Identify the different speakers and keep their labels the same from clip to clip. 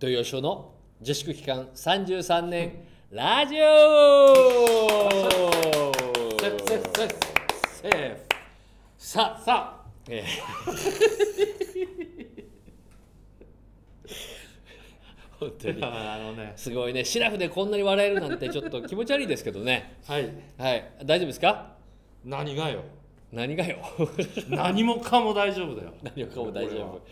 Speaker 1: 豊吉の自粛期間33年ラジオ
Speaker 2: セーフセーフセーフセーフ
Speaker 1: さあ
Speaker 2: さあ
Speaker 1: ええ本当に
Speaker 2: あのね
Speaker 1: すごいねシラフでこんなに笑えるなんてちょっと気持ち悪いですけどね
Speaker 2: はい
Speaker 1: はい大丈夫ですか
Speaker 2: 何がよ
Speaker 1: 何がよ
Speaker 2: 何もかも大丈夫だよ
Speaker 1: 何をかも大丈夫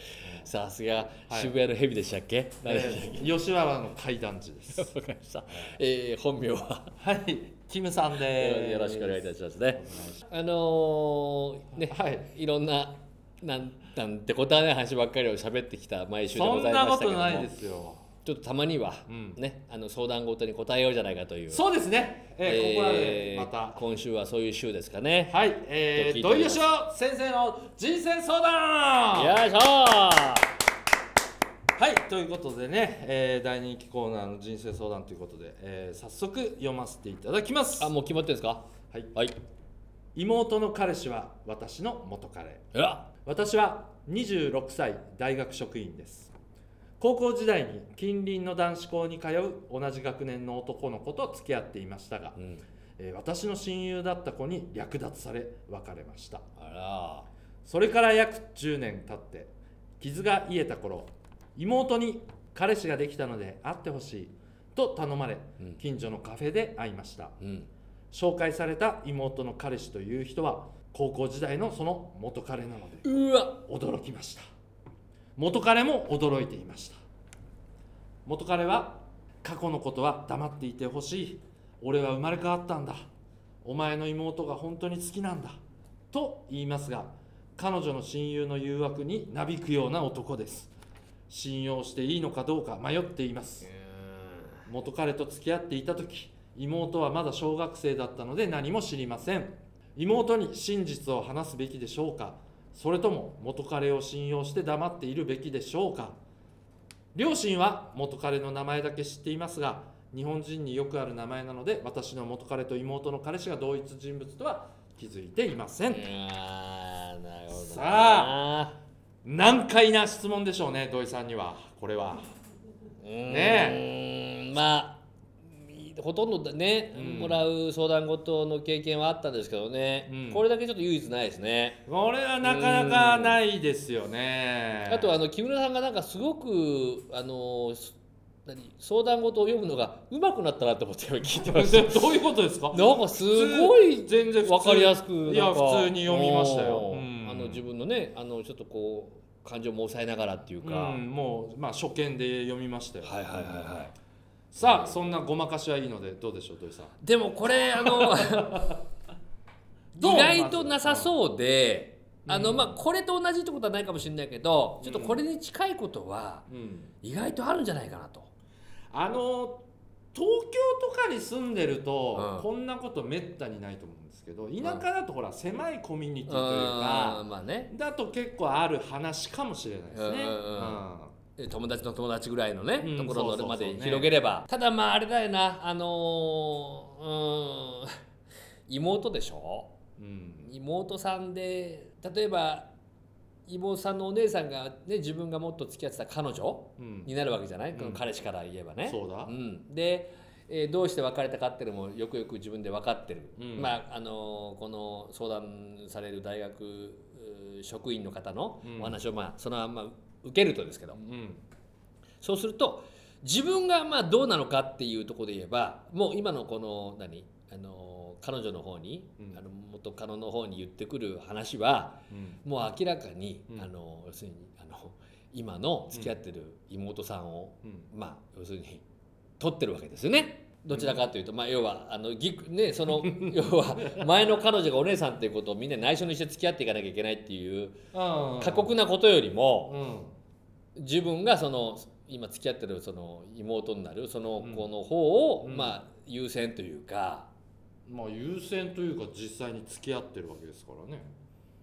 Speaker 1: さすが
Speaker 2: はい
Speaker 1: 渋谷の蛇でしたっけ、
Speaker 2: 俺はえー吉原の階段地で す
Speaker 1: わかりました、えー本名は
Speaker 2: はいキムさんです
Speaker 1: よろしくお願いいたしますね
Speaker 2: お願いします
Speaker 1: あのーね、
Speaker 2: はい
Speaker 1: いろんななんなんてことはない話ばっかりを喋ってきた毎週で
Speaker 2: そ
Speaker 1: ござ
Speaker 2: ん
Speaker 1: いま
Speaker 2: な
Speaker 1: し
Speaker 2: こ
Speaker 1: たけど
Speaker 2: と
Speaker 1: も
Speaker 2: ないですよ
Speaker 1: ちょっとたまには、
Speaker 2: うん
Speaker 1: ねあの相談事に答えようじゃないかという
Speaker 2: そうですねえーここは
Speaker 1: え
Speaker 2: ね
Speaker 1: ー
Speaker 2: また
Speaker 1: 今週はそういう週ですかね
Speaker 2: はい、え
Speaker 1: と聞い
Speaker 2: ー、
Speaker 1: てお
Speaker 2: 土
Speaker 1: り
Speaker 2: 井
Speaker 1: ます
Speaker 2: 善雄先生の人生相談
Speaker 1: よいしょー
Speaker 2: はい、ということでね、えー、大人気コーナーの人生相談ということで、えー、早速読ませていただきます
Speaker 1: あもう決まってるんですか
Speaker 2: はい、
Speaker 1: はい
Speaker 2: 妹の彼氏は私の元彼
Speaker 1: うわ
Speaker 2: 私は26歳大学職員です高校時代に近隣の男子校に通う同じ学年の男の子と付き合っていましたが、
Speaker 1: うん
Speaker 2: えー私の親友だった子に略奪され別れました
Speaker 1: あ
Speaker 2: それから約10年経って傷が癒えた頃妹に彼氏ができたので会ってほしいと頼まれ
Speaker 1: うん
Speaker 2: 近所のカフェで会いました
Speaker 1: らうん
Speaker 2: 紹介された妹の彼氏という人は高校時代のその元彼なので
Speaker 1: うわ
Speaker 2: 驚きました元彼も驚いていました元彼は過去のことは黙っていてほしい俺は生まれ変わったんだお前の妹が本当に好きなんだと言いますが彼女の親友の誘惑になびくような男です信用していいのかどうか迷っています元彼と付き合っていた時妹はまだ小学生だったので何も知りません妹に真実を話すべきでしょうかそれとも元彼を信用して黙っているべきでしょうか両親は元彼の名前だけ知っていますが日本人によくある名前なので私の元彼と妹の彼氏が同一人物とは気づいていません
Speaker 1: あーなるほどな
Speaker 2: さあ難解な質問でしょうね土井さんにはこれは
Speaker 1: ねえまあいほとんどだね、
Speaker 2: うん
Speaker 1: もらう相談事の経験はあったんですけどね、
Speaker 2: うん
Speaker 1: これだけちょっと唯一ないですね、
Speaker 2: これはなかなかないですよね
Speaker 1: あとあの木村さんがなんかすごくあのす何相談事を読むのが上手くなったなと思って今聞いてまし
Speaker 2: で どういうこ とですか
Speaker 1: たなんかすごい
Speaker 2: 全然
Speaker 1: 分かりやすく
Speaker 2: いや
Speaker 1: なんか
Speaker 2: 普通に読みましたよ、
Speaker 1: おー
Speaker 2: うん
Speaker 1: あの自分のねあのちょっとこう感情も抑えながらっていうか、
Speaker 2: うん、もうまあ初見で読みましたよ
Speaker 1: はいはいはいはい
Speaker 2: さあそんなごまかしはいいのでどうでしょう土井さん
Speaker 1: でもこれあの
Speaker 2: どう
Speaker 1: 意外となさそうで、
Speaker 2: うん
Speaker 1: あのまあこれと同じってことはないかもしれないけど、ちょっとこれに近いことは
Speaker 2: うん
Speaker 1: 意外とあるんじゃないかなと。
Speaker 2: あの東京とかに住んでると、
Speaker 1: うん
Speaker 2: こんなことめったにないと思うんですけど田舎だとほら狭いコミュニティという
Speaker 1: う
Speaker 2: か
Speaker 1: んまあね
Speaker 2: だと結構ある話かもしれないです
Speaker 1: うんう
Speaker 2: ね、
Speaker 1: んうん友達の友達ぐらいのね、
Speaker 2: うん
Speaker 1: ところ
Speaker 2: そうそ
Speaker 1: の
Speaker 2: う
Speaker 1: ま
Speaker 2: そう
Speaker 1: で
Speaker 2: ね
Speaker 1: 広げれば、ただまああれだよなあのーうーん妹でしょ
Speaker 2: うんうん
Speaker 1: 妹さんで例えば妹さんのお姉さんが、ね、自分がもっと付き合ってた彼女
Speaker 2: うん
Speaker 1: になるわけじゃない、
Speaker 2: ん
Speaker 1: この彼氏から言えばね。
Speaker 2: そうだ
Speaker 1: ん、で、えーどうして別れたかっていうのもよくよく自分で分かってる、
Speaker 2: うん
Speaker 1: まああのーこの相談される大学うー職員の方の
Speaker 2: うん
Speaker 1: お話を、まあ、そのまんま受けるとですけど
Speaker 2: うん
Speaker 1: そうすると自分がまあどうなのかっていうところで言えばもう今のこの何あのー彼女の方に、
Speaker 2: うん
Speaker 1: あの元カノの方に言ってくる話は
Speaker 2: うん
Speaker 1: もう明らかに、
Speaker 2: うん
Speaker 1: あの要するにあの今の付き合ってる妹さんを、
Speaker 2: うん
Speaker 1: まあ要するに取ってるわけですよね。どちらかというと、まあ、要はあのぎくねそ の要は前の彼女がお姉さんっていうことをみんな内緒にして付き合っていかなきゃいけないっていう過酷なことよりも、
Speaker 2: うん
Speaker 1: 自分がその今付き合ってるその妹になるその
Speaker 2: うん
Speaker 1: 子の方を、
Speaker 2: うん
Speaker 1: まあ優先というか
Speaker 2: まあ優先というか実際に付き合ってるわけですからね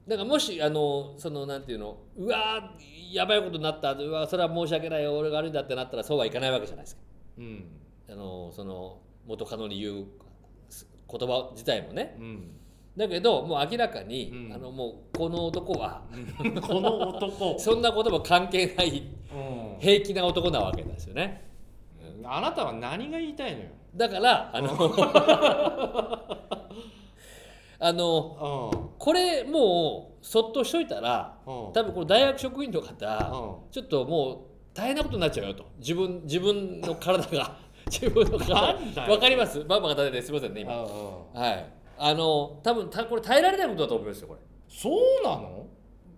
Speaker 1: だからもしあのそのなんていうのうわーやばいことになったうわそれは申し訳ない俺が悪いんだってなったらそうはいかないわけじゃないですか
Speaker 2: うん
Speaker 1: あのその元カノに言う言葉自体もね
Speaker 2: うん
Speaker 1: だけどもう明らかに、
Speaker 2: うん
Speaker 1: あのもうこの男は
Speaker 2: この男、
Speaker 1: そんなことも関係ない
Speaker 2: うん
Speaker 1: 平気な男なわけですよね
Speaker 2: あなたは何が言いたいの
Speaker 1: だからあの あの
Speaker 2: よ、
Speaker 1: これもうそっとしといたら
Speaker 2: うんうん
Speaker 1: 多分この大学職員の
Speaker 2: う
Speaker 1: 方
Speaker 2: ん
Speaker 1: ちょっともう大変なことになっちゃうよと自分自分の体が 自分の体
Speaker 2: な
Speaker 1: が
Speaker 2: んだよ
Speaker 1: わかりますバンバンが立ててすみませんね今
Speaker 2: うん
Speaker 1: はいあの多分たこれ耐えられないことだと思いますよこ
Speaker 2: そうなの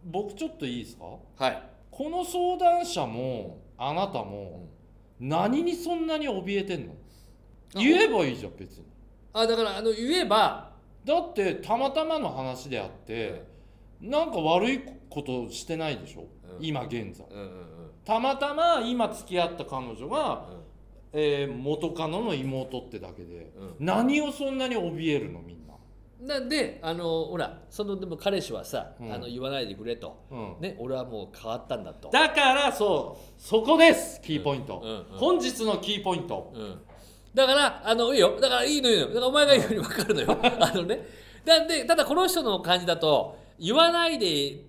Speaker 2: 僕ちょっといいですか
Speaker 1: れはい
Speaker 2: この相談者もあなたも何にそんなに怯えてんの
Speaker 1: あ
Speaker 2: 言えばいいじゃん別に
Speaker 1: あだからあの言えば
Speaker 2: だってたまたまの話であってなんか悪いことしてないでしょ、
Speaker 1: うん
Speaker 2: 今現在
Speaker 1: うんうんうん
Speaker 2: たまたま今付き合った彼女が、
Speaker 1: うん
Speaker 2: えー元カノの妹ってだけで
Speaker 1: うん
Speaker 2: 何をそんなに怯えるのみんな、
Speaker 1: なんであのほらそのでも彼氏はさ、
Speaker 2: うん
Speaker 1: あの言わないでくれと、
Speaker 2: うん
Speaker 1: ね、俺はもう変わったんだと。
Speaker 2: だからそうそこですキーポイント、
Speaker 1: うんうん
Speaker 2: 本日のキーポイント
Speaker 1: うん、だからあのいいよだからいいのいいのだからお前が言うように分かるのよ。 あのね、だでただこの人の感じだと言わないでい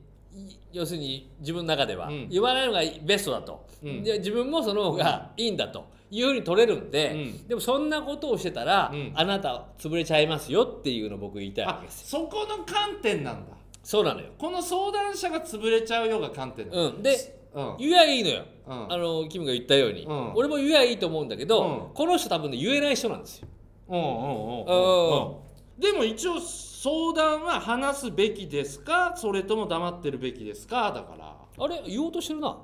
Speaker 1: 要するに自分の中では、
Speaker 2: うん
Speaker 1: 言わないのがベストだと、
Speaker 2: うん
Speaker 1: で自分もその方がいいんだというふうに取れるんで、
Speaker 2: うん
Speaker 1: でもそんなことをしてたら、
Speaker 2: うん
Speaker 1: あなた潰れちゃいますよっていうのを僕言いたいわ
Speaker 2: あ
Speaker 1: けですよ。
Speaker 2: そこの観点なんだ
Speaker 1: そうなのよ。
Speaker 2: この相談者が潰れちゃうよが観点なんだ
Speaker 1: うん、で
Speaker 2: うん
Speaker 1: 言えばいいのよ、
Speaker 2: うん
Speaker 1: あのキムが言ったように、
Speaker 2: うん
Speaker 1: 俺も言えばいいと思うんだけど、
Speaker 2: うん
Speaker 1: この人多分ね言えない人なんですよ
Speaker 2: うんうんうん
Speaker 1: うん
Speaker 2: うんでも一応相談は話すべきですかそれとも黙ってるべきですかだから
Speaker 1: あれ言おうと してるな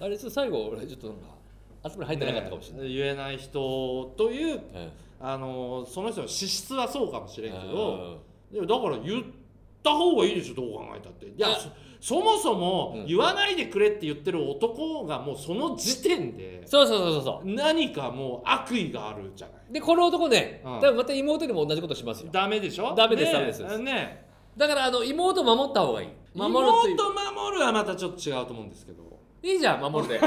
Speaker 1: あれちょっと最後俺ちょっとなんか頭に入ってなかったかもしれない、
Speaker 2: ね言えない人という
Speaker 1: うん
Speaker 2: あのその人の資質はそうかもしれんけど
Speaker 1: う
Speaker 2: でもだから言った方がいいでしょどう考えたっていや
Speaker 1: いや
Speaker 2: そそもそも
Speaker 1: うん
Speaker 2: 言わないでくれって言ってる男がもうその時点で
Speaker 1: んそうそうそうそうそ
Speaker 2: 何かもう悪意があるじゃないう
Speaker 1: でこの男ね、
Speaker 2: うん
Speaker 1: 多分また妹にも同じことしますよ
Speaker 2: ダメでしょ
Speaker 1: ダメです
Speaker 2: ね
Speaker 1: ダメです
Speaker 2: ね
Speaker 1: だからあの妹を守った方がいい守
Speaker 2: 守
Speaker 1: る
Speaker 2: る
Speaker 1: とい
Speaker 2: 妹守るはまたちょっと違うと思うんですけど
Speaker 1: ういいじゃん守るで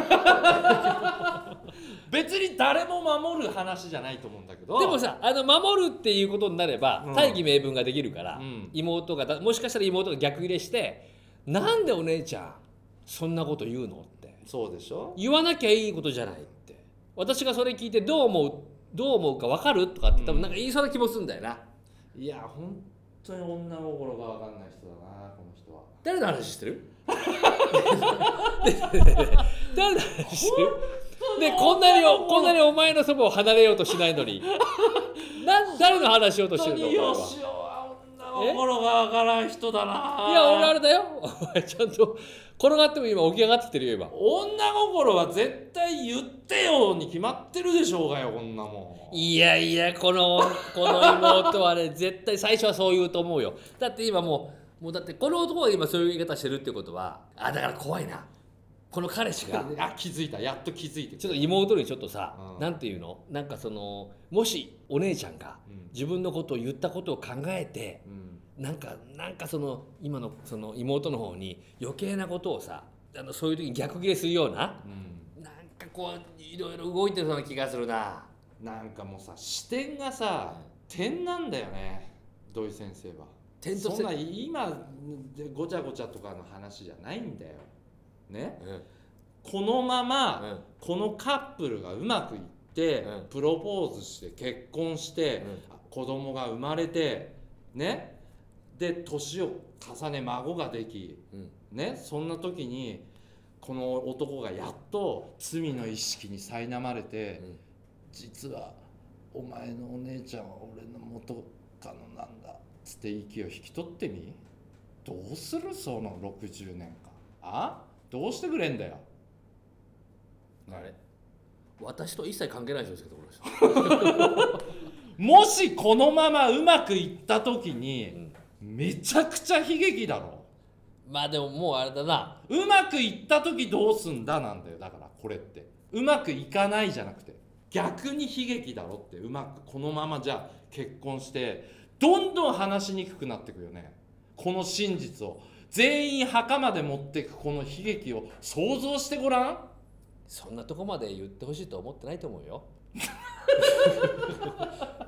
Speaker 2: 別に誰も守る話じゃないと 思うんだけど
Speaker 1: でもさあの守るっていうことになれば、
Speaker 2: うん
Speaker 1: 大義名分ができるから、
Speaker 2: うん
Speaker 1: 妹がだもしかしたら妹が逆入れして「なんでお姉ちゃんそんなこと言うの?」って
Speaker 2: そうでしょ
Speaker 1: 言わなきゃいいことじゃないって私がそれ聞いてどう思うどう思うか分かるとかって多分なんか言いそうな気もするんだよな、
Speaker 2: いや本当に女心が分かんない人だなこの人は
Speaker 1: 誰の話して る誰の話してるでこんなにおこんなにお前のそばを離れようとしないのになん誰の話しようとして
Speaker 2: 本当
Speaker 1: るの
Speaker 2: に
Speaker 1: お前は
Speaker 2: よしおは女心が分からん人だない
Speaker 1: いや俺あれだよお前ちゃんと転がっても今起き上がってきてるよ今
Speaker 2: 女心は絶対言ってよに決まってるでしょうがよこんなもん
Speaker 1: いやいやこのこの妹はね絶対最初はそう言うと思うよだって今もうもうだってこの男が今そういう言い方してるってことはあだから怖いなこの彼氏が
Speaker 2: あ気づいたやっと気づいて
Speaker 1: ちょっと妹にちょっとさ、
Speaker 2: うん
Speaker 1: なんていうのなんかそのもしお姉ちゃんが
Speaker 2: うん
Speaker 1: 自分のことを言ったことを考えて
Speaker 2: うん
Speaker 1: なんかなんかその今のその妹の方に余計なことをさあのそういう時に逆ギレするような
Speaker 2: うん
Speaker 1: なんかこういろいろ動いてるような気がするな
Speaker 2: なんかもうさ視点がさ点なんだよね土井先生は
Speaker 1: 点と
Speaker 2: そんな
Speaker 1: 線
Speaker 2: 今ごちゃごちゃとかの話じゃないんだよね
Speaker 1: うん
Speaker 2: このまま
Speaker 1: うん
Speaker 2: このカップルがうまくいって、
Speaker 1: うん
Speaker 2: プロポーズして結婚して、子供が生まれてねで年を重ね孫ができ
Speaker 1: うん
Speaker 2: ねそんな時にこの男がやっと罪の意識に苛まれて、
Speaker 1: うん
Speaker 2: 実はお前のお姉ちゃんは俺の元カノなんだつって息を引き取ってみどうするその60年間あどうしてくれんだよ
Speaker 1: あれ私と一切関係ない人ですけどこの人
Speaker 2: もしこのままうまくいった時にめちゃくちゃ悲劇だろ
Speaker 1: まあでももうあれだな
Speaker 2: うまくいった時どうすんだなんだよだからこれってうまくいかないじゃなくて逆に悲劇だろってうまくこのままじゃあ結婚してどんどん話しにくくなってくよねこの真実を全員墓まで持ってくこの悲劇を想像してごらん
Speaker 1: そんなとこまで言ってほしいと思ってないと思うよ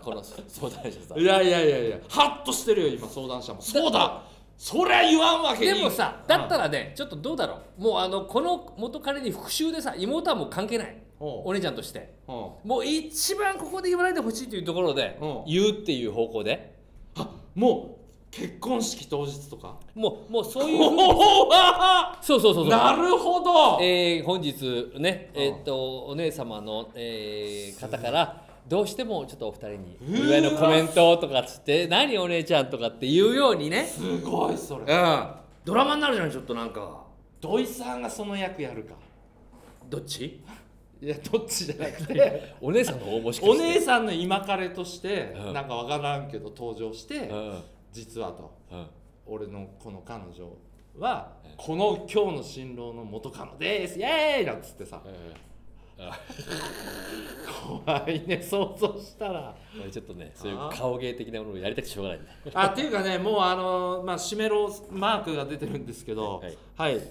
Speaker 1: この相談者さん
Speaker 2: いやいやいやいやハッとしてるよ今相談者もそうだそりゃ言わんわけ
Speaker 1: で
Speaker 2: に
Speaker 1: もさだったらねちょっとどうだろうもうあのこの元彼に復讐でさ妹はもう関係ない
Speaker 2: お
Speaker 1: お姉ちゃんとして
Speaker 2: お
Speaker 1: もう一番ここで言わないでほしいというところで
Speaker 2: うん
Speaker 1: 言うっていう方向で
Speaker 2: あもう結婚式当日とか
Speaker 1: もうもうそういうふうに
Speaker 2: おおあ
Speaker 1: そうそうそうそう
Speaker 2: なるほど
Speaker 1: えー本日ね、
Speaker 2: うん
Speaker 1: えーっとお姉様の、えー方からどうしてもちょっとお二人に
Speaker 2: うわ
Speaker 1: お祝いのコメントとかっつって「何お姉ちゃん」とかって言うようにね、
Speaker 2: すごいそれ
Speaker 1: うん、ドラマになるじゃんちょっとなんか
Speaker 2: 土井さんがその役やるか
Speaker 1: どっち
Speaker 2: いやどっちじゃなくて
Speaker 1: お姉さんの方もしか
Speaker 2: お
Speaker 1: して
Speaker 2: 姉さんの今彼として、
Speaker 1: うん
Speaker 2: なんかわからんけど登場して、
Speaker 1: うん
Speaker 2: 実はと
Speaker 1: うん
Speaker 2: 俺のこの彼女は、
Speaker 1: うん
Speaker 2: この今日の新郎の元カノですイエーイなんつってさ、怖いね想像した ら
Speaker 1: 俺ちょっとねそういう顔芸的なものをやりたくてしょうがないんだ
Speaker 2: あっていうかねもうあのまあ締めろマークが出てるんですけど
Speaker 1: はい
Speaker 2: はい、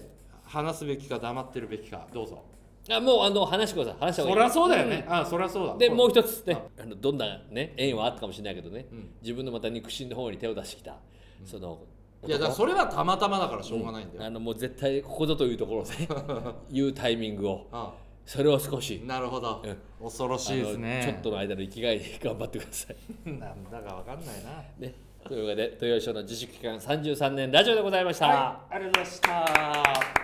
Speaker 2: 話すべきか黙ってるべきかどうぞ
Speaker 1: あもうあの話してください話した
Speaker 2: そ
Speaker 1: 方
Speaker 2: り
Speaker 1: がい
Speaker 2: ゃ
Speaker 1: い
Speaker 2: そうだよね、あそりゃそうだ
Speaker 1: でもう一つねあのどんな、ね、縁はあったかもしれないけどね、
Speaker 2: うん
Speaker 1: 自分のまた肉親の方に手を出してきた、その
Speaker 2: いやだからそれはたまたまだからしょうがないんだよ、
Speaker 1: あのもう絶対ここぞというところ で言うタイミングを
Speaker 2: あ
Speaker 1: それを少し、
Speaker 2: なるほど、
Speaker 1: うん
Speaker 2: 恐ろしいですね
Speaker 1: あのちょっとの間の生きがいで頑張ってください。
Speaker 2: なんだかわかんないな
Speaker 1: ね、というわけで豊洋賞の自粛期間33年ラジオでございました。
Speaker 2: はいありがとうございました